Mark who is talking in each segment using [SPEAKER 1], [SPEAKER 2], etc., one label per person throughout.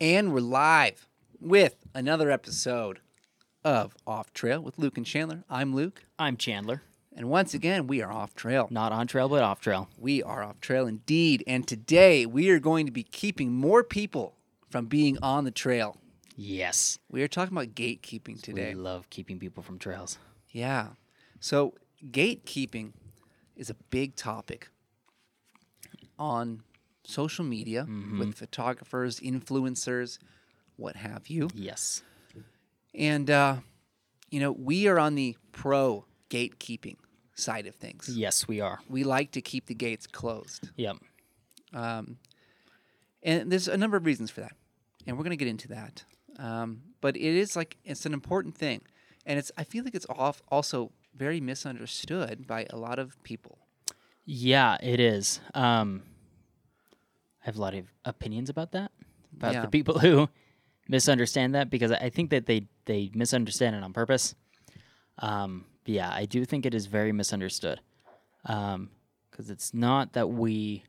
[SPEAKER 1] And we're live with another episode of Off Trail with Luke and Chandler. I'm Luke.
[SPEAKER 2] I'm Chandler.
[SPEAKER 1] And once again, we are off trail.
[SPEAKER 2] Not on trail, but off trail.
[SPEAKER 1] We are off trail indeed. And today we are going to be keeping more people from being on the trail.
[SPEAKER 2] Yes.
[SPEAKER 1] We are talking about gatekeeping today.
[SPEAKER 2] We love keeping people from trails.
[SPEAKER 1] Yeah. So, gatekeeping is a big topic on social media with photographers, influencers, what have you.
[SPEAKER 2] Yes.
[SPEAKER 1] And, uh, you know, we are on the pro gatekeeping side of things.
[SPEAKER 2] Yes, we are.
[SPEAKER 1] We like to keep the gates closed.
[SPEAKER 2] Yep.
[SPEAKER 1] And there's a number of reasons for that. And we're going to get into that. Um, but it is like, it's an important thing. And it's, I feel like it's off, also very misunderstood by a lot of people.
[SPEAKER 2] Yeah, it is. Um, I have a lot of opinions about that, about
[SPEAKER 1] Yeah.
[SPEAKER 2] the people who misunderstand that, because I think that they, they misunderstand it on purpose. Um, but yeah, I do think it is very misunderstood. Because it's not that we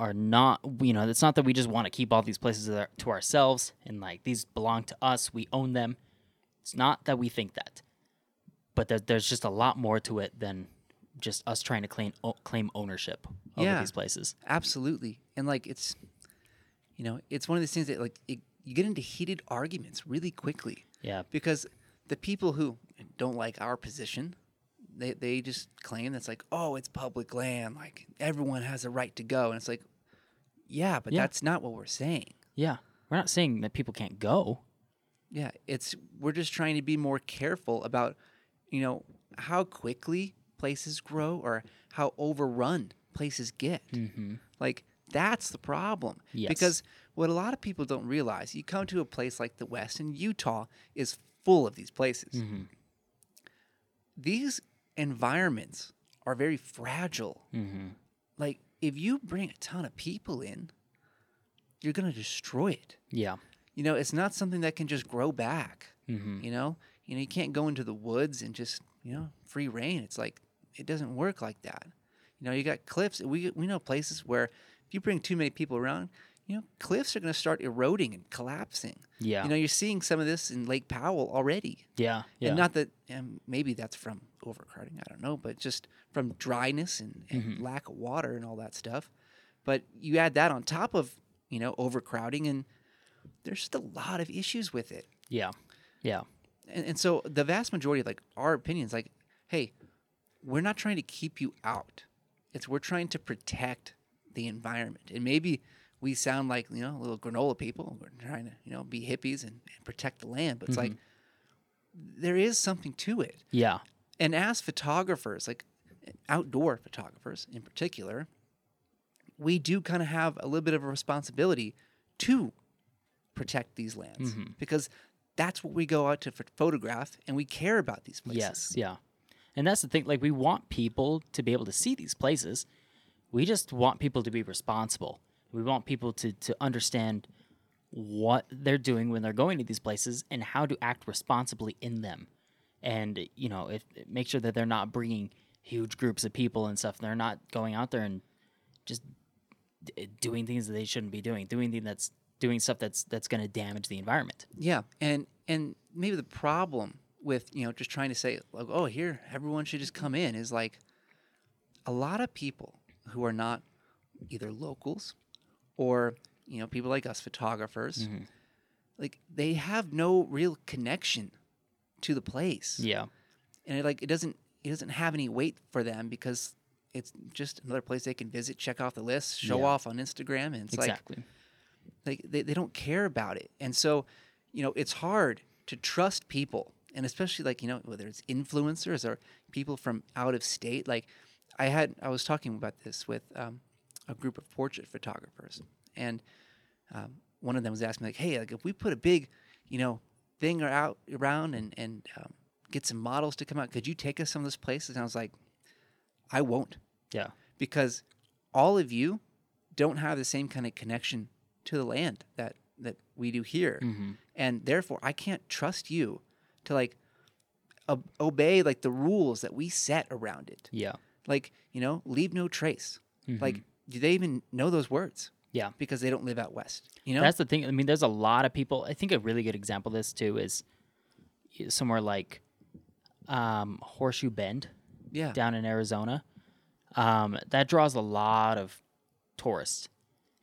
[SPEAKER 2] are not, you know, it's not that we just want to keep all these places to our- to ourselves and like these belong to us, we own them. It's not that we think that, but that there's just a lot more to it than just us trying to claim o- claim ownership over
[SPEAKER 1] Yeah.
[SPEAKER 2] these places.
[SPEAKER 1] Absolutely. And like, it's, you know, it's one of those things that like, it, you get into heated arguments really quickly.
[SPEAKER 2] Yeah,
[SPEAKER 1] because the people who don't like our position they, they just claim that's like oh it's public land like everyone has a right to go and it's like yeah but
[SPEAKER 2] Yeah.
[SPEAKER 1] that's not what we're saying
[SPEAKER 2] yeah. We're not saying that people can't go.
[SPEAKER 1] yeah it's we're just trying to be more careful about you know how quickly places grow or how overrun places get
[SPEAKER 2] Mm-hmm.
[SPEAKER 1] like that's the problem
[SPEAKER 2] Mm. Yes.
[SPEAKER 1] because what a lot of people don't realize you come to a place like the west and utah is full of these places
[SPEAKER 2] Mm. Mm-hmm.
[SPEAKER 1] these environments are very fragile.
[SPEAKER 2] Mm-hmm.
[SPEAKER 1] Like if you bring a ton of people in, you're gonna destroy it.
[SPEAKER 2] Yeah,
[SPEAKER 1] You know, it's not something that can just grow back.
[SPEAKER 2] Mm-hmm.
[SPEAKER 1] You know, you know, you can't go into the woods and just you know free reign. It's like it doesn't work like that. You know, you got cliffs. We we know places where if you bring too many people around, you know, cliffs are gonna start eroding and collapsing.
[SPEAKER 2] Yeah.
[SPEAKER 1] You know, you're seeing some of this in Lake Powell already.
[SPEAKER 2] yeah, yeah.
[SPEAKER 1] And not that, and maybe that's from overcrowding. I don't know, but just from dryness and, and lack of water and all that stuff. But you add that on top of you know overcrowding, and there's just a lot of issues with it.
[SPEAKER 2] yeah, yeah,
[SPEAKER 1] And, and so the vast majority of like our opinions, like, hey, we're not trying to keep you out. It's we're trying to protect the environment. And maybe we sound like, you know, little granola people. We're trying to, you know, be hippies and, and protect the land. But it's like there is something to it.
[SPEAKER 2] yeah,
[SPEAKER 1] And as photographers, like outdoor photographers in particular, we do kind of have a little bit of a responsibility to protect these lands because that's what we go out to ph- photograph and we care about these places.
[SPEAKER 2] yes, yeah. And that's the thing. Like, we want people to be able to see these places. We just want people to be responsible. We want people to to understand what they're doing when they're going to these places and how to act responsibly in them. And you know, if make sure that they're not bringing huge groups of people and stuff. They're not going out there and just d- eh, doing things that they shouldn't be doing. Doing things that's doing stuff that's that's going to damage the environment.
[SPEAKER 1] Yeah, and and maybe the problem with you know just trying to say like oh here everyone should just come in is like a lot of people who are not either locals or you know people like us photographers
[SPEAKER 2] Mm-hmm.
[SPEAKER 1] like they have no real connection to the place
[SPEAKER 2] Yeah.
[SPEAKER 1] and it like it doesn't it doesn't have any weight for them because it's just another place they can visit check off the list show
[SPEAKER 2] Yeah.
[SPEAKER 1] off on Instagram and it's like
[SPEAKER 2] exactly.
[SPEAKER 1] like they, they don't care about it and so you know it's hard to trust people and especially like you know whether it's influencers or people from out of state like i had i was talking about this with um, a group of portrait photographers and um, one of them was asking me like hey like if we put a big you know thing or out around and and um, get some models to come out could you take us some of those places and i was like i won't
[SPEAKER 2] yeah.
[SPEAKER 1] because all of you don't have the same kind of connection to the land that that we do here
[SPEAKER 2] Mm-hmm.
[SPEAKER 1] and therefore i can't trust you to like ob- obey like the rules that we set around it
[SPEAKER 2] Yeah.
[SPEAKER 1] like you know leave no trace like do they even know those words
[SPEAKER 2] Mm-hmm. Yeah.
[SPEAKER 1] because they don't live out west. You know,
[SPEAKER 2] That's the thing. I mean, there's a lot of people. I think a really good example of this too is somewhere like um, Horseshoe Bend
[SPEAKER 1] yeah,
[SPEAKER 2] down in Arizona. Um, that draws a lot of tourists,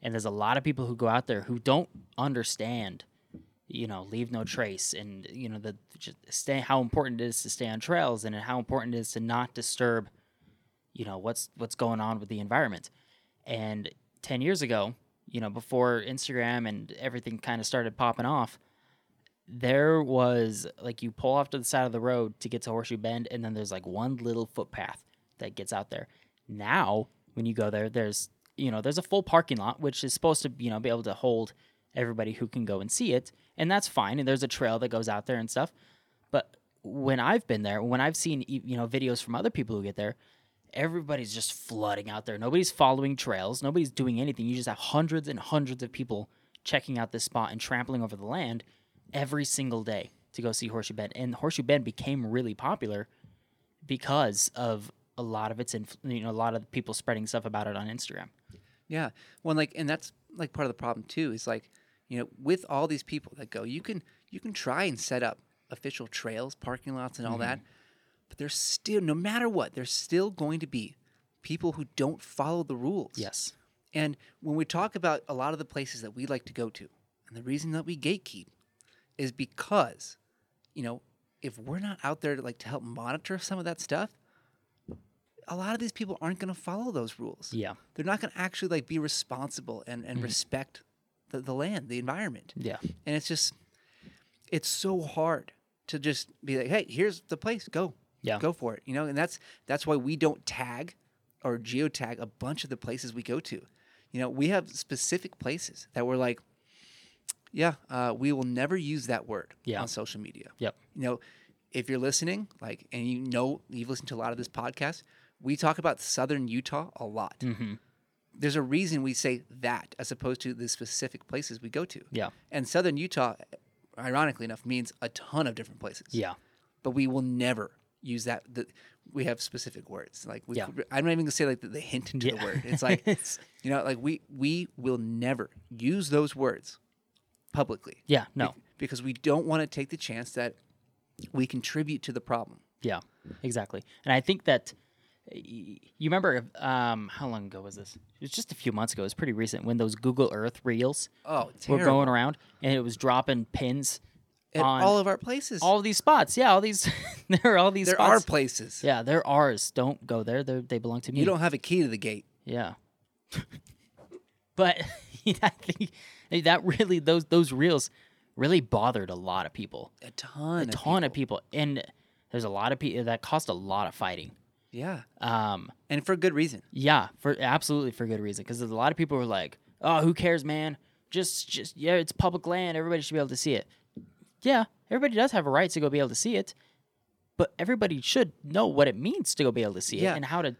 [SPEAKER 2] and there's a lot of people who go out there who don't understand, you know, leave no trace, and you know the just stay how important it is to stay on trails, and how important it is to not disturb, you know, what's what's going on with the environment. And ten years ago, you know, before Instagram and everything kind of started popping off, there was like you pull off to the side of the road to get to Horseshoe Bend, and then there's like one little footpath that gets out there. Now, when you go there, there's you know there's a full parking lot which is supposed to you know be able to hold everybody who can go and see it, and that's fine. And there's a trail that goes out there and stuff. But when I've been there, when I've seen e- you know videos from other people who get there, everybody's just flooding out there. Nobody's following trails. Nobody's doing anything. You just have hundreds and hundreds of people checking out this spot and trampling over the land every single day to go see Horseshoe Bend. And Horseshoe Bend became really popular because of a lot of its inf- you know a lot of people spreading stuff about it on Instagram.
[SPEAKER 1] Yeah. Well, and like, and that's like part of the problem too. Is like, you know, with all these people that go, you can you can try and set up official trails, parking lots, and all that, but there's still, no matter what, there's still going to be people who don't follow the rules.
[SPEAKER 2] Yes.
[SPEAKER 1] And when we talk about a lot of the places that we like to go to, and the reason that we gatekeep is because, you know, if we're not out there to like to help monitor some of that stuff, a lot of these people aren't going to follow those rules
[SPEAKER 2] Yeah.
[SPEAKER 1] they're not going to actually like be responsible and,
[SPEAKER 2] Mm.
[SPEAKER 1] and respect the, the land the environment
[SPEAKER 2] Yeah.
[SPEAKER 1] and it's just it's so hard to just be like hey here's the place go
[SPEAKER 2] Yeah.
[SPEAKER 1] go for it you know and that's that's why we don't tag or geotag a bunch of the places we go to you know we have specific places that we're like yeah uh, we will never use that word
[SPEAKER 2] Yeah.
[SPEAKER 1] on social media
[SPEAKER 2] Yep.
[SPEAKER 1] you know, if you're listening, like, and you know, you've listened to a lot of this podcast, we talk about Southern Utah a lot.
[SPEAKER 2] Mm-hmm.
[SPEAKER 1] There's a reason we say that as opposed to the specific places we go to.
[SPEAKER 2] Yeah.
[SPEAKER 1] And Southern Utah, ironically enough, means a ton of different places.
[SPEAKER 2] Yeah.
[SPEAKER 1] But we will never use that. The, we have specific words. Like, we,
[SPEAKER 2] Yeah.
[SPEAKER 1] I'm not even going to say like the, the hint into the word. It's like,
[SPEAKER 2] It's-
[SPEAKER 1] you know, like we, we will never use those words publicly
[SPEAKER 2] Yeah. No.
[SPEAKER 1] because we don't want to take the chance that we contribute to the problem.
[SPEAKER 2] Yeah. Exactly. And I think that y- you remember um, how long ago was this? It was just a few months ago. It was pretty recent when those Google Earth reels
[SPEAKER 1] Oh,
[SPEAKER 2] were
[SPEAKER 1] terrible!
[SPEAKER 2] going around and it was dropping pins
[SPEAKER 1] At
[SPEAKER 2] on
[SPEAKER 1] all of our places,
[SPEAKER 2] all these spots. Yeah, all these there are all these
[SPEAKER 1] there
[SPEAKER 2] spots.
[SPEAKER 1] are places.
[SPEAKER 2] Yeah, they're ours. Don't go there. They're, they belong to me.
[SPEAKER 1] You don't have a key to the gate.
[SPEAKER 2] Yeah. but I think that really those those reels really bothered a lot of people.
[SPEAKER 1] A ton,
[SPEAKER 2] A ton of people, and there's a lot of people that cost a lot of fighting.
[SPEAKER 1] yeah,
[SPEAKER 2] Um,
[SPEAKER 1] and for good reason.
[SPEAKER 2] yeah, for absolutely for good reason. Because a lot of people were like, "Oh, who cares, man? Just, just yeah, it's public land. Everybody should be able to see it." Yeah, everybody does have a right to go be able to see it, but everybody should know what it means to go be able to see
[SPEAKER 1] Yeah.
[SPEAKER 2] it and how to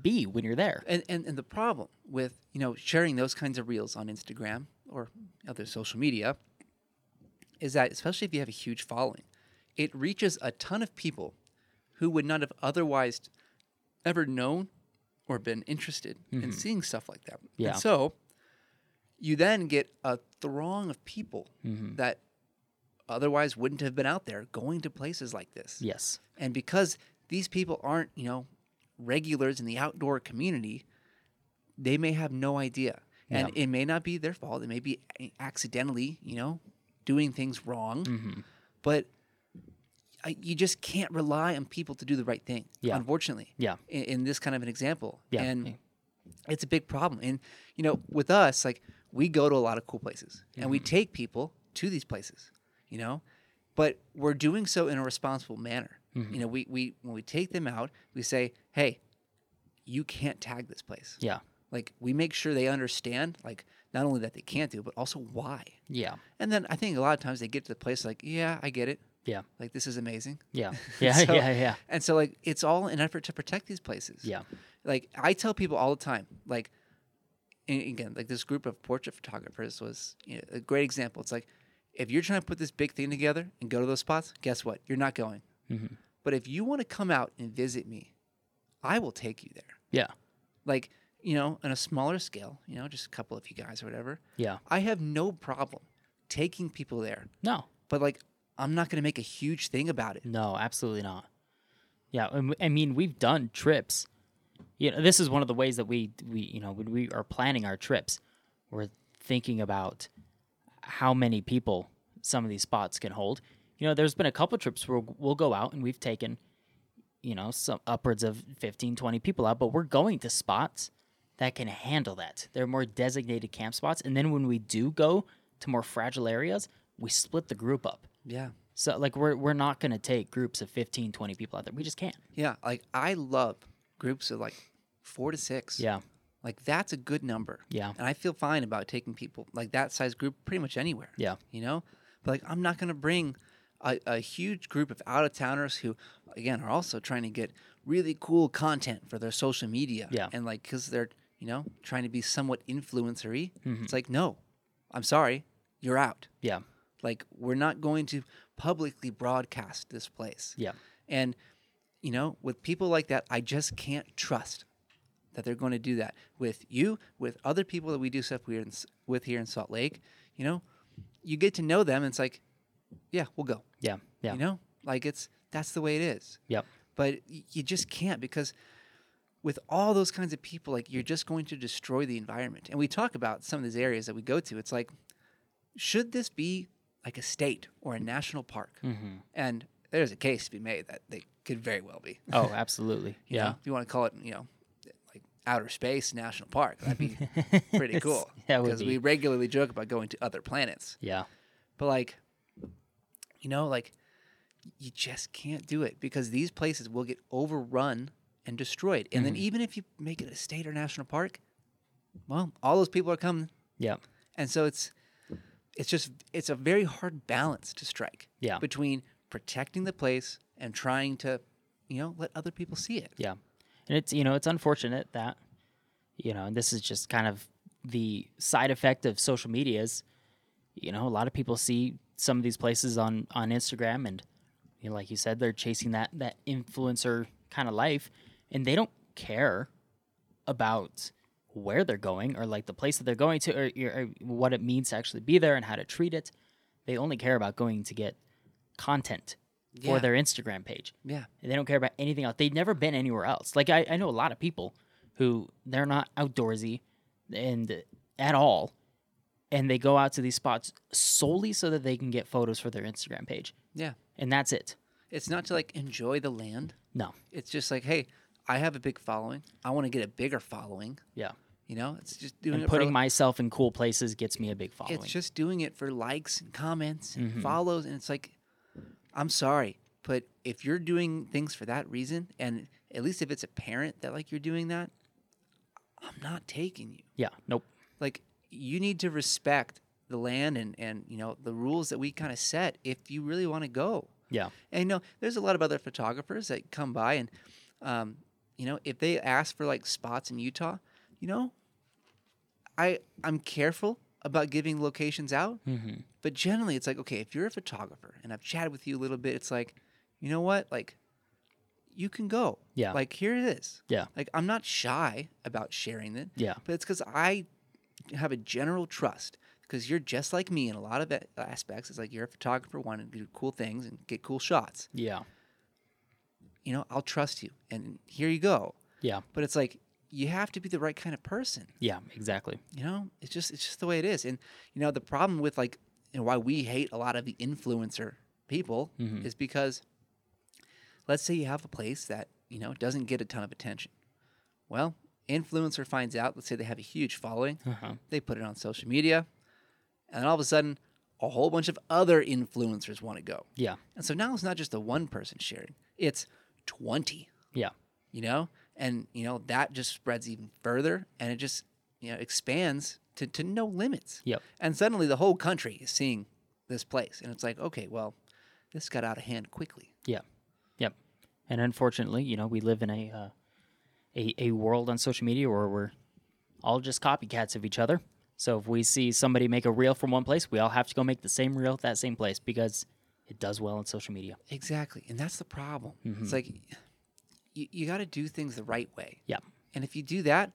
[SPEAKER 2] be when you're there.
[SPEAKER 1] And, and and the problem with you know sharing those kinds of reels on Instagram or other social media is that especially if you have a huge following, it reaches a ton of people who would not have otherwise ever known or been interested in seeing stuff like that.
[SPEAKER 2] Yeah.
[SPEAKER 1] And so you then get a throng of people that otherwise wouldn't have been out there going to places like this.
[SPEAKER 2] Yes.
[SPEAKER 1] And because these people aren't, you know, regulars in the outdoor community, they may have no idea. And it may not be their fault. It may be a- accidentally, you know, doing things wrong. But I, you just can't rely on people to do the right thing,
[SPEAKER 2] Yeah.
[SPEAKER 1] unfortunately,
[SPEAKER 2] Yeah.
[SPEAKER 1] in, in this kind of an example.
[SPEAKER 2] Yeah.
[SPEAKER 1] And
[SPEAKER 2] Yeah.
[SPEAKER 1] it's a big problem. And, you know, with us, like, we go to a lot of cool places and
[SPEAKER 2] Mm-hmm.
[SPEAKER 1] we take people to these places, you know, but we're doing so in a responsible manner.
[SPEAKER 2] Mm-hmm.
[SPEAKER 1] You know, we, we, when we take them out, we say, hey, you can't tag this place.
[SPEAKER 2] Yeah.
[SPEAKER 1] Like, we make sure they understand, like, not only that they can't do, but also why.
[SPEAKER 2] Yeah.
[SPEAKER 1] And then I think a lot of times they get to the place, like, yeah, I get it.
[SPEAKER 2] Yeah.
[SPEAKER 1] Like, this is amazing.
[SPEAKER 2] Yeah. Yeah.
[SPEAKER 1] So-
[SPEAKER 2] yeah. Yeah.
[SPEAKER 1] And so, like, it's all an effort to protect these places.
[SPEAKER 2] Yeah.
[SPEAKER 1] Like, I tell people all the time, like, and again, like this group of portrait photographers was you know, a great example. It's like, if you're trying to put this big thing together and go to those spots, guess what? You're not going. But if you want to come out and visit me, I will take you there.
[SPEAKER 2] Yeah.
[SPEAKER 1] Like, you know, on a smaller scale, you know, just a couple of you guys or whatever,
[SPEAKER 2] Yeah.
[SPEAKER 1] I have no problem taking people there.
[SPEAKER 2] No.
[SPEAKER 1] But like, I'm not going to make a huge thing about it.
[SPEAKER 2] No, absolutely not. Yeah, and w- I mean we've done trips. You know, this is one of the ways that we we you know when we are planning our trips, we're thinking about how many people some of these spots can hold. You know, there's been a couple trips where we'll go out and we've taken you know some upwards of 15 20 people out but we're going to spots that can handle that they're more designated camp spots and then when we do go to more fragile areas we split the group up
[SPEAKER 1] Yeah.
[SPEAKER 2] so like we're we're not going to take groups of 15, 20 people out there. We just can't.
[SPEAKER 1] Yeah. Like, I love groups of like four to six.
[SPEAKER 2] Yeah.
[SPEAKER 1] Like, that's a good number.
[SPEAKER 2] Yeah.
[SPEAKER 1] And I feel fine about taking people like that size group pretty much anywhere.
[SPEAKER 2] Yeah.
[SPEAKER 1] You know, but like, I'm not going to bring a, a huge group of out of towners who, again, are also trying to get really cool content for their social media.
[SPEAKER 2] Yeah.
[SPEAKER 1] And like, because they're, you know, trying to be somewhat influencery.
[SPEAKER 2] Mm-hmm.
[SPEAKER 1] It's like, no, I'm sorry, you're out.
[SPEAKER 2] Yeah.
[SPEAKER 1] Like, we're not going to publicly broadcast this place.
[SPEAKER 2] Yeah.
[SPEAKER 1] And, you know, with people like that, I just can't trust that they're going to do that with you, with other people that we do stuff weird in, S- with here in Salt Lake. You know, you get to know them, and it's like, yeah, we'll go.
[SPEAKER 2] Yeah. Yeah.
[SPEAKER 1] You know, like it's that's the way it is.
[SPEAKER 2] Yep.
[SPEAKER 1] But y- you just can't because with all those kinds of people, like you're just going to destroy the environment. And we talk about some of these areas that we go to. It's like, should this be like a state or a national park?
[SPEAKER 2] Mm-hmm.
[SPEAKER 1] And there's a case to be made that they could very well be.
[SPEAKER 2] Oh, absolutely.
[SPEAKER 1] You
[SPEAKER 2] yeah.
[SPEAKER 1] know, if you want to call it, you know, like outer space national park, that'd be pretty cool.
[SPEAKER 2] That would
[SPEAKER 1] Because
[SPEAKER 2] be.
[SPEAKER 1] we regularly joke about going to other planets.
[SPEAKER 2] Yeah.
[SPEAKER 1] But like, you know, like you just can't do it because these places will get overrun and destroyed. And
[SPEAKER 2] Mm-hmm.
[SPEAKER 1] then even if you make it a state or national park, well, all those people are coming.
[SPEAKER 2] Yep.
[SPEAKER 1] And so it's it's just it's a very hard balance to strike
[SPEAKER 2] Yeah.
[SPEAKER 1] between protecting the place and trying to, you know, let other people see it.
[SPEAKER 2] Yeah. And it's, you know, it's unfortunate that, you know, and this is just kind of the side effect of social media is, you know, a lot of people see some of these places on, on Instagram and, you know, like you said, they're chasing that, that influencer kind of life and they don't care about where they're going or like the place that they're going to or, or what it means to actually be there and how to treat it. They only care about going to get content
[SPEAKER 1] Yeah.
[SPEAKER 2] for their Instagram page.
[SPEAKER 1] Yeah.
[SPEAKER 2] And They don't care about anything else. They've never been anywhere else. Like I, I know a lot of people who they're not outdoorsy and at all, and they go out to these spots solely so that they can get photos for their Instagram page,
[SPEAKER 1] Yeah.
[SPEAKER 2] and that's it.
[SPEAKER 1] It's not to like enjoy the land.
[SPEAKER 2] No,
[SPEAKER 1] It's just like, hey, I have a big following. I want to get a bigger following.
[SPEAKER 2] yeah,
[SPEAKER 1] You know, it's just doing
[SPEAKER 2] and
[SPEAKER 1] it for
[SPEAKER 2] putting myself in cool places gets me a big following.
[SPEAKER 1] It's just doing it for likes and comments and follows. And it's like, I'm sorry, but if you're doing things for that reason, and at least if it's apparent that like you're doing that, I'm not taking you.
[SPEAKER 2] yeah, nope,
[SPEAKER 1] Like you need to respect the land and and you know the rules that we kind of set if you really want to go.
[SPEAKER 2] yeah,
[SPEAKER 1] And you know, there's a lot of other photographers that come by and, um, you know, if they ask for like spots in Utah, you know, I I'm careful about giving locations out,
[SPEAKER 2] Mm-hmm.
[SPEAKER 1] but generally it's like okay, if you're a photographer and I've chatted with you a little bit, it's like, you know what, like, you can go.
[SPEAKER 2] Yeah.
[SPEAKER 1] Like here it is.
[SPEAKER 2] yeah,
[SPEAKER 1] Like I'm not shy about sharing it.
[SPEAKER 2] Yeah.
[SPEAKER 1] But it's because I have a general trust because you're just like me in a lot of a- aspects. It's like you're a photographer wanting to do cool things and get cool shots.
[SPEAKER 2] yeah,
[SPEAKER 1] You know, I'll trust you, and here you go.
[SPEAKER 2] yeah,
[SPEAKER 1] But it's like you have to be the right kind of person.
[SPEAKER 2] yeah, exactly.
[SPEAKER 1] You know, it's just it's just the way it is. And you know, the problem with like you know, why we hate a lot of the influencer people is because let's say you have a place that you know doesn't get a ton of attention. Well, influencer finds out. Let's say they have a huge following. They put it on social media, and then all of a sudden, a whole bunch of other influencers want to go.
[SPEAKER 2] Yeah,
[SPEAKER 1] And so now it's not just the one person sharing; it's twenty
[SPEAKER 2] yeah,
[SPEAKER 1] you know and you know that just spreads even further and it just you know expands to, to no limits
[SPEAKER 2] Yep.
[SPEAKER 1] and suddenly the whole country is seeing this place and it's like okay well this got out of hand quickly
[SPEAKER 2] Yeah. Yep. And unfortunately, you know, we live in a uh, a a world on social media where we're all just copycats of each other. So if we see somebody make a reel from one place, we all have to go make the same reel at that same place because it does well on social media.
[SPEAKER 1] exactly and that's the Mm-hmm. problem it's like you, you got to do things the right way
[SPEAKER 2] Yeah.
[SPEAKER 1] and if you do that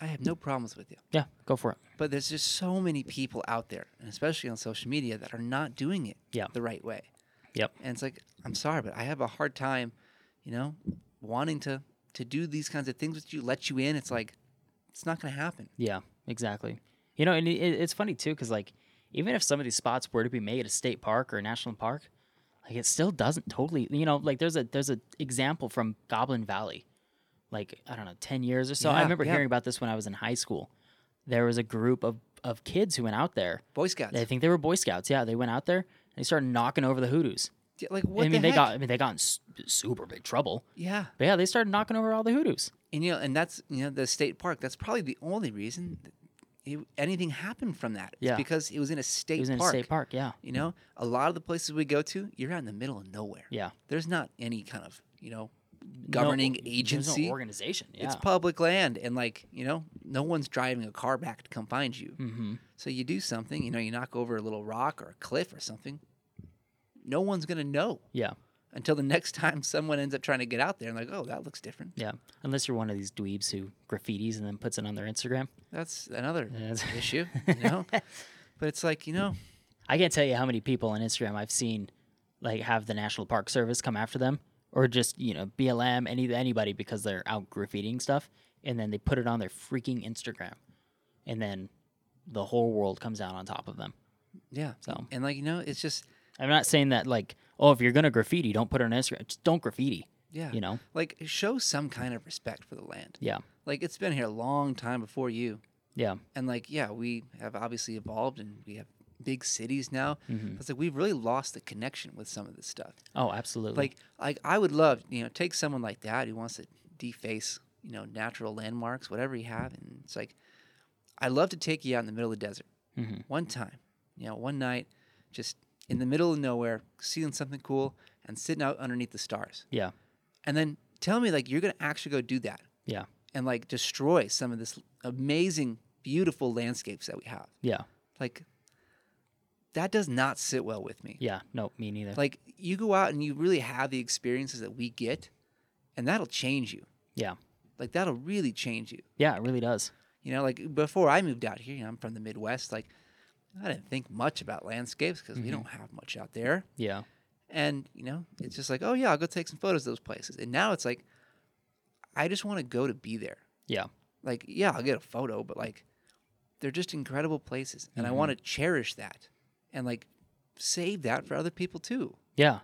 [SPEAKER 1] I have no problems with you.
[SPEAKER 2] Yeah, go for it.
[SPEAKER 1] But there's just so many people out there, and especially on social media, that are not doing it
[SPEAKER 2] Yeah.
[SPEAKER 1] the right way.
[SPEAKER 2] Yep.
[SPEAKER 1] And it's like, I'm sorry, but I have a hard time, you know, wanting to to do these kinds of things with you, let you in. It's like, it's not going to happen.
[SPEAKER 2] Yeah, exactly. You know, and it, it's funny too because like even if some of these spots were to be made a state park or a national park, like it still doesn't totally. You know, like there's a there's a example from Goblin Valley, like I don't know, ten years or so. I
[SPEAKER 1] Yeah,
[SPEAKER 2] remember
[SPEAKER 1] yeah.
[SPEAKER 2] hearing about this when I was in high school. There was a group of of kids who went out there.
[SPEAKER 1] Boy Scouts,
[SPEAKER 2] I think they were Boy Scouts. Yeah, they went out there and they started knocking over the hoodoos.
[SPEAKER 1] Yeah, like what
[SPEAKER 2] I mean,
[SPEAKER 1] the
[SPEAKER 2] they
[SPEAKER 1] heck?
[SPEAKER 2] got I mean they got in s- super big trouble.
[SPEAKER 1] yeah,
[SPEAKER 2] But yeah, they started knocking over all the hoodoos.
[SPEAKER 1] and you know, and that's you know, the state park. That's probably the only reason that it, anything happened from that. It's
[SPEAKER 2] Yeah.
[SPEAKER 1] because it was in a state
[SPEAKER 2] It was in
[SPEAKER 1] park.
[SPEAKER 2] a state park. Yeah,
[SPEAKER 1] You know, a lot of the places we go to, you're out in the middle of nowhere.
[SPEAKER 2] yeah.
[SPEAKER 1] There's not any kind of you know
[SPEAKER 2] No-
[SPEAKER 1] governing
[SPEAKER 2] there's no
[SPEAKER 1] agency.
[SPEAKER 2] organization. Yeah.
[SPEAKER 1] It's public land, and like you know, no one's driving a car back to come find you.
[SPEAKER 2] Mm-hmm.
[SPEAKER 1] So you do something, you know, you knock over a little rock or a cliff or something. No one's gonna know
[SPEAKER 2] Yeah,
[SPEAKER 1] until the next time someone ends up trying to get out there and like, oh, that looks different.
[SPEAKER 2] yeah. Unless you're one of these dweebs who graffitis and then puts it on their Instagram.
[SPEAKER 1] That's another
[SPEAKER 2] Yeah, that's-
[SPEAKER 1] issue, you know. but it's like you know,
[SPEAKER 2] I can't tell you how many people on Instagram I've seen like have the National Park Service come after them, or just you know BLM any anybody because they're out graffitiing stuff, and then they put it on their freaking Instagram, and then the whole world comes out on top of them.
[SPEAKER 1] yeah.
[SPEAKER 2] So.
[SPEAKER 1] and like you know, it's just
[SPEAKER 2] I'm not saying that like oh if you're gonna graffiti don't put it on Instagram just don't graffiti.
[SPEAKER 1] yeah,
[SPEAKER 2] You know.
[SPEAKER 1] like show some kind of respect for the land.
[SPEAKER 2] Yeah.
[SPEAKER 1] Like it's been here a long time before you.
[SPEAKER 2] Yeah.
[SPEAKER 1] and like yeah we have obviously evolved and we have big cities now but it's like we've really lost the connection with some of this stuff
[SPEAKER 2] Oh, absolutely.
[SPEAKER 1] like like i would love you know take someone like that who wants to deface you know natural landmarks whatever you have and it's like i'd love to take you out in the middle of the desert
[SPEAKER 2] Mhm.
[SPEAKER 1] one time you know one night just in the middle of nowhere seeing something cool and sitting out underneath the stars
[SPEAKER 2] yeah.
[SPEAKER 1] and then tell me like you're gonna actually go do that
[SPEAKER 2] Yeah.
[SPEAKER 1] and like destroy some of this amazing beautiful landscapes that we have
[SPEAKER 2] Yeah.
[SPEAKER 1] like that does not sit well with me
[SPEAKER 2] Yeah. No, me neither.
[SPEAKER 1] like you go out and you really have the experiences that we get and that'll change you
[SPEAKER 2] yeah.
[SPEAKER 1] like that'll really change you
[SPEAKER 2] Yeah, it really does.
[SPEAKER 1] you know like before i moved out here you know, i'm from the midwest like i didn't think much about landscapes because
[SPEAKER 2] Mm-hmm.
[SPEAKER 1] we don't have much out there
[SPEAKER 2] Yeah.
[SPEAKER 1] and you know it's just like oh yeah i'll go take some photos of those places and now it's like i just want to go to be there
[SPEAKER 2] Yeah.
[SPEAKER 1] like yeah i'll get a photo but like they're just incredible places and i want to cherish that and like save that for other people too
[SPEAKER 2] Yeah.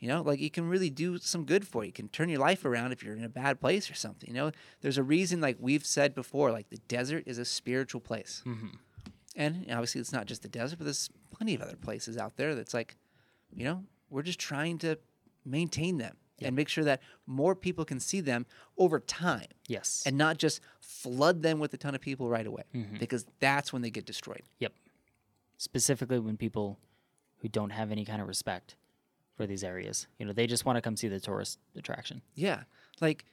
[SPEAKER 1] you know like it can really do some good for you it can turn your life around if you're in a bad place or something you know there's a reason like we've said before like the desert is a spiritual place and obviously it's not just the desert but there's plenty of other places out there that's like you know we're just trying to maintain them and make sure that more people can see them over time
[SPEAKER 2] Yes.
[SPEAKER 1] and not just flood them with a ton of people right away because that's when they get destroyed.
[SPEAKER 2] yep. Specifically when people who don't have any kind of respect for these areas, you know, they just want to come see the tourist attraction.
[SPEAKER 1] Yeah. Like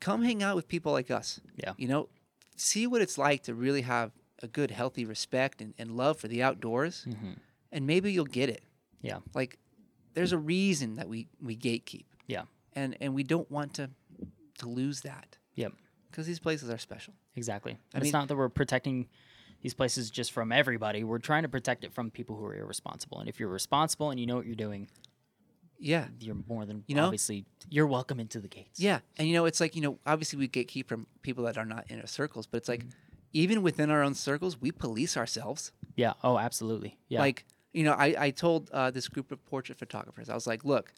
[SPEAKER 1] come hang out with people like us.
[SPEAKER 2] Yeah.
[SPEAKER 1] You know, see what it's like to really have a good, healthy respect and, and love for the outdoors.
[SPEAKER 2] Mm-hmm.
[SPEAKER 1] And maybe you'll get it.
[SPEAKER 2] Yeah.
[SPEAKER 1] Like there's a reason that we, we gatekeep
[SPEAKER 2] Yeah.
[SPEAKER 1] and, and we don't want to to lose that
[SPEAKER 2] Yep.
[SPEAKER 1] because these places are special.
[SPEAKER 2] Exactly. And
[SPEAKER 1] mean-
[SPEAKER 2] it's not that we're protecting these places just from everybody. We're trying to protect it from people who are irresponsible. And if you're responsible and you know what you're doing,
[SPEAKER 1] Yeah.
[SPEAKER 2] you're more than
[SPEAKER 1] You know?
[SPEAKER 2] obviously you're welcome into the gates.
[SPEAKER 1] Yeah, and you know, it's like you know, obviously we gatekeep from people that are not in our circles, but it's like
[SPEAKER 2] Mm-hmm.
[SPEAKER 1] even within our own circles, we police ourselves.
[SPEAKER 2] Yeah. Oh, absolutely. Yeah.
[SPEAKER 1] Like you know, I I told uh, this group of portrait photographers, I was like, look,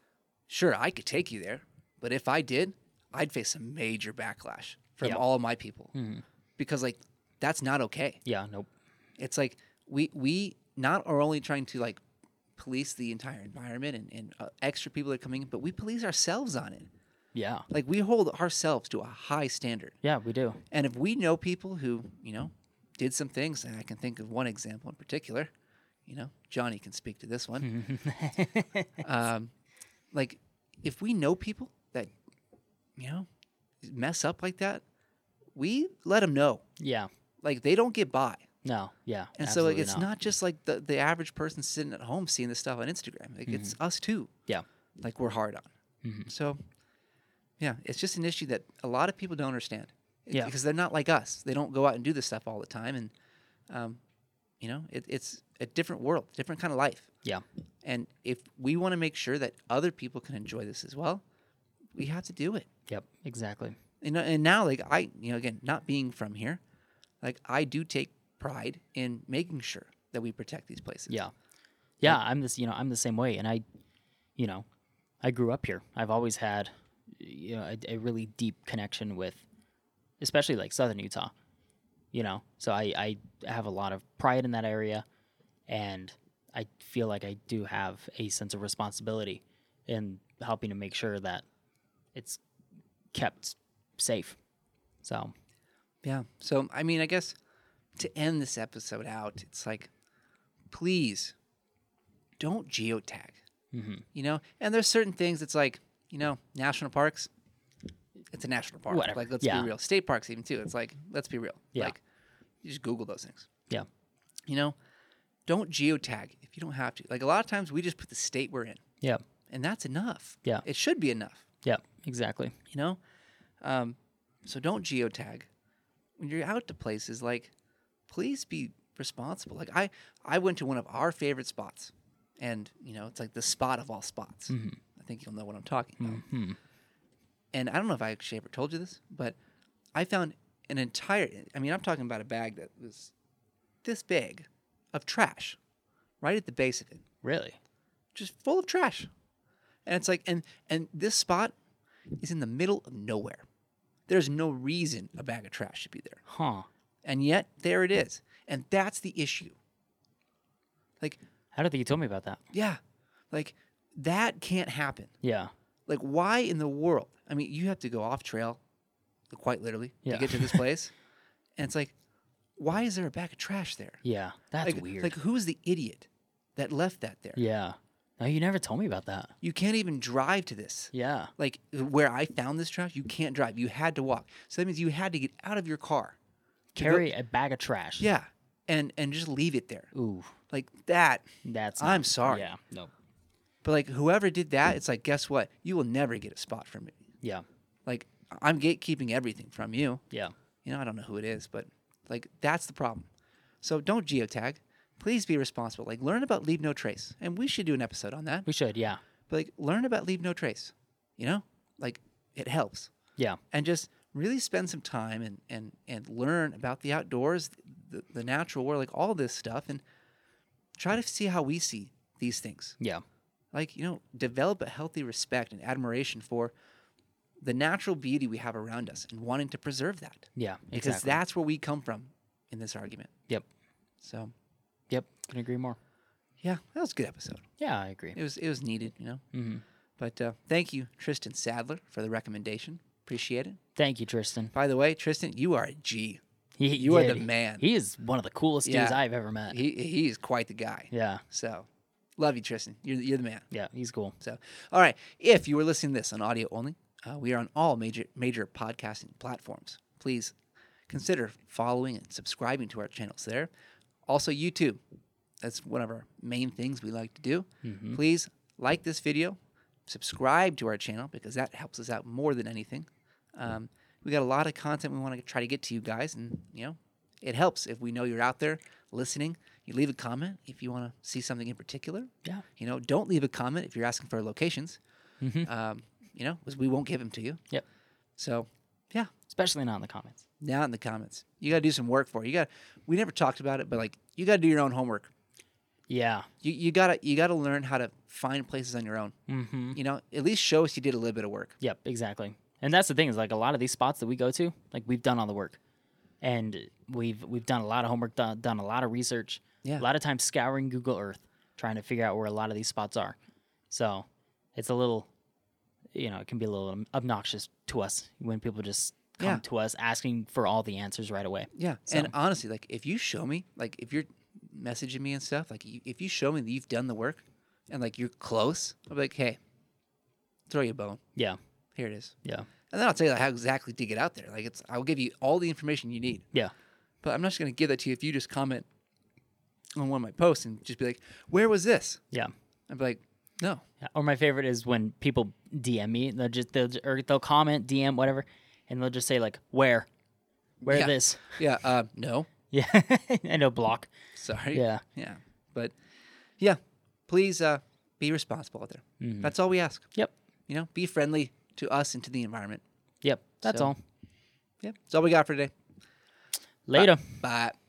[SPEAKER 1] sure, I could take you there, but if I did, I'd face a major backlash from
[SPEAKER 2] Yeah. Mm-hmm.
[SPEAKER 1] all of my people because like that's not okay.
[SPEAKER 2] yeah, nope.
[SPEAKER 1] It's like we we not are only trying to like police the entire environment and, and uh, extra people that are coming in, but we police ourselves on it.
[SPEAKER 2] Yeah.
[SPEAKER 1] Like we hold ourselves to a high standard.
[SPEAKER 2] Yeah, we do.
[SPEAKER 1] And if we know people who, you know, did some things, and I can think of one example in particular, you know, Johnny can speak to this one. um, like, if we know people that, you know, mess up like that, we let them know.
[SPEAKER 2] Yeah.
[SPEAKER 1] Like, they don't get by.
[SPEAKER 2] No. Yeah.
[SPEAKER 1] And so like,
[SPEAKER 2] absolutely
[SPEAKER 1] it's not. just like the, the average person sitting at home seeing this stuff on Instagram. Like, It's us too.
[SPEAKER 2] Mm-hmm. Yeah. Mm-hmm.
[SPEAKER 1] Like, we're hard on. So, yeah, it's just an issue that a lot of people don't understand. It-
[SPEAKER 2] Yeah.
[SPEAKER 1] Because they're not like us. They don't go out and do this stuff all the time. And, um, you know, it, it's a different world, different kind of life.
[SPEAKER 2] Yeah.
[SPEAKER 1] And if we want to make sure that other people can enjoy this as well, we have to do it.
[SPEAKER 2] Yep. Exactly.
[SPEAKER 1] And, and now, like, I, you know, again, not being from here, like, I do take pride in making sure that we protect these places.
[SPEAKER 2] Yeah. Yeah, I'm this, you know, I'm the same way and I you know, I grew up here. I've always had you know, a, a really deep connection with especially like southern Utah. You know, so I I have a lot of pride in that area and I feel like I do have a sense of responsibility in helping to make sure that it's kept safe. So,
[SPEAKER 1] Yeah. So, I mean, I guess to end this episode out, it's like, please don't geotag.
[SPEAKER 2] mhm.
[SPEAKER 1] You know, and there's certain things it's like, you know, national parks, it's a national park.
[SPEAKER 2] Whatever.
[SPEAKER 1] Like, let's
[SPEAKER 2] Yeah.
[SPEAKER 1] be real. State parks, even too. It's like, let's be real.
[SPEAKER 2] Yeah.
[SPEAKER 1] Like, you just Google those things.
[SPEAKER 2] yeah.
[SPEAKER 1] You know, don't geotag if you don't have to. Like, a lot of times we just put the state we're in,
[SPEAKER 2] Yeah.
[SPEAKER 1] and that's enough.
[SPEAKER 2] Yeah.
[SPEAKER 1] It should be enough
[SPEAKER 2] Yeah, exactly.
[SPEAKER 1] you know um, so don't geotag when you're out to places like please be responsible like i i went to one of our favorite spots and you know it's like the spot of all spots i think you'll know what i'm talking about and i don't know if i actually ever told you this but i found an entire i mean i'm talking about a bag that was this big of trash right at the base of it
[SPEAKER 2] Really?
[SPEAKER 1] just full of trash. And it's like, and and this spot is in the middle of nowhere. There's no reason a bag of trash should be there,
[SPEAKER 2] Huh.
[SPEAKER 1] and yet there it is, and that's the issue. Like,
[SPEAKER 2] I don't think you told me about that.
[SPEAKER 1] yeah, like that can't happen.
[SPEAKER 2] Yeah.
[SPEAKER 1] Like, why in the world? I mean, you have to go off trail, quite literally,
[SPEAKER 2] Yeah.
[SPEAKER 1] to get to this place, and it's like, why is there a bag of trash there?
[SPEAKER 2] Yeah. That's
[SPEAKER 1] like,
[SPEAKER 2] weird.
[SPEAKER 1] Like, who is the idiot that left that there?
[SPEAKER 2] yeah. No, you never told me about that.
[SPEAKER 1] You can't even drive to this.
[SPEAKER 2] Yeah.
[SPEAKER 1] like where I found this trash, you can't drive. You had to walk. So that means you had to get out of your car. to go-
[SPEAKER 2] Carry a bag of trash.
[SPEAKER 1] yeah. And and just leave it there.
[SPEAKER 2] Ooh,
[SPEAKER 1] Like that.
[SPEAKER 2] that's.
[SPEAKER 1] I'm
[SPEAKER 2] not-
[SPEAKER 1] sorry.
[SPEAKER 2] Yeah. No.
[SPEAKER 1] But like whoever did that, it's like guess what? You will never get a spot from it.
[SPEAKER 2] Yeah.
[SPEAKER 1] Like I'm gatekeeping everything from you.
[SPEAKER 2] Yeah.
[SPEAKER 1] You know, I don't know who it is, but like that's the problem. So don't geotag. Please be responsible. Like learn about leave no trace. And we should do an episode on that.
[SPEAKER 2] We should. Yeah.
[SPEAKER 1] But like learn about leave no trace. You know? Like it helps.
[SPEAKER 2] Yeah.
[SPEAKER 1] and just really spend some time and and and learn about the outdoors, the, the natural world, like all this stuff, and try to see how we see these things.
[SPEAKER 2] Yeah.
[SPEAKER 1] Like you know, develop a healthy respect and admiration for the natural beauty we have around us, and wanting to preserve that
[SPEAKER 2] Yeah.
[SPEAKER 1] because
[SPEAKER 2] Exactly.
[SPEAKER 1] that's where we come from in this argument.
[SPEAKER 2] Yep.
[SPEAKER 1] So
[SPEAKER 2] Yep. Can agree more.
[SPEAKER 1] yeah, that was a good episode.
[SPEAKER 2] Yeah, I agree.
[SPEAKER 1] It was it was needed, you know.
[SPEAKER 2] Mhm.
[SPEAKER 1] But uh, thank you, Tristan Sadler, for the recommendation. Appreciate it.
[SPEAKER 2] Thank you, Tristan.
[SPEAKER 1] By the way, Tristan, you are a G.
[SPEAKER 2] He,
[SPEAKER 1] You are the
[SPEAKER 2] he-
[SPEAKER 1] man.
[SPEAKER 2] He is one of the coolest dudes
[SPEAKER 1] Yeah.
[SPEAKER 2] I've ever met.
[SPEAKER 1] He he is quite the guy.
[SPEAKER 2] yeah.
[SPEAKER 1] So, love you, Tristan. You're, you're the man.
[SPEAKER 2] Yeah. He's cool.
[SPEAKER 1] So, all right. If you were listening to this on audio only, uh, we are on all major major podcasting platforms. Please consider following and subscribing to our channels there. Also, YouTube. That's one of our main things we like to do. Please like this video, subscribe to our channel because that helps us out more than anything. Um, we got a lot of content we want to try to get to you guys, and you know, it helps if we know you're out there listening. You leave a comment if you want to see something in particular.
[SPEAKER 2] Yeah.
[SPEAKER 1] You know, don't leave a comment if you're asking for locations. Um, you know, 'cause we won't give them to you.
[SPEAKER 2] Yep.
[SPEAKER 1] So, yeah,
[SPEAKER 2] Especially not in the comments.
[SPEAKER 1] now in the comments, you got to do some work for it. You got. We never talked about it, but like, you got to do your own homework.
[SPEAKER 2] Yeah.
[SPEAKER 1] You you gotta you gotta learn how to find places on your own.
[SPEAKER 2] Mm-hmm.
[SPEAKER 1] You know, at least show us you did a little bit of work.
[SPEAKER 2] Yep, exactly. And that's the thing is like a lot of these spots that we go to, like we've done all the work, and we've we've done a lot of homework, done, done a lot of research,
[SPEAKER 1] Yeah.
[SPEAKER 2] a lot of times scouring Google Earth, trying to figure out where a lot of these spots are. So it's a little, you know, it can be a little obnoxious to us when people just come
[SPEAKER 1] Yeah.
[SPEAKER 2] to us asking for all the answers right away.
[SPEAKER 1] Yeah, and honestly, like if you show me, like if you're messaging me and stuff, like you, if you show me that you've done the work, and like you're close, I'll be like, hey, throw you a bone.
[SPEAKER 2] Yeah,
[SPEAKER 1] Here it is,
[SPEAKER 2] yeah,
[SPEAKER 1] and then I'll tell you how exactly to get out there. Like it's, I'll give you all the information you need.
[SPEAKER 2] yeah,
[SPEAKER 1] But I'm not just gonna give that to you if you just comment on one of my posts and just be like, where was this?
[SPEAKER 2] yeah.
[SPEAKER 1] I'd be like, no.
[SPEAKER 2] Yeah, Or my favorite is when people DM me, they'll just they'll or they'll comment, DM, whatever, and they'll just say like where, Wear
[SPEAKER 1] Yeah.
[SPEAKER 2] this.
[SPEAKER 1] Yeah. Uh, no.
[SPEAKER 2] Yeah, I know block.
[SPEAKER 1] Sorry.
[SPEAKER 2] Yeah.
[SPEAKER 1] Yeah. But yeah, please uh, be responsible out there.
[SPEAKER 2] Mm-hmm.
[SPEAKER 1] That's all we ask.
[SPEAKER 2] Yep,
[SPEAKER 1] You know, be friendly to us and to the environment.
[SPEAKER 2] yep. That's
[SPEAKER 1] So-
[SPEAKER 2] all.
[SPEAKER 1] Yeah. That's all we got for today.
[SPEAKER 2] Later.
[SPEAKER 1] Bye.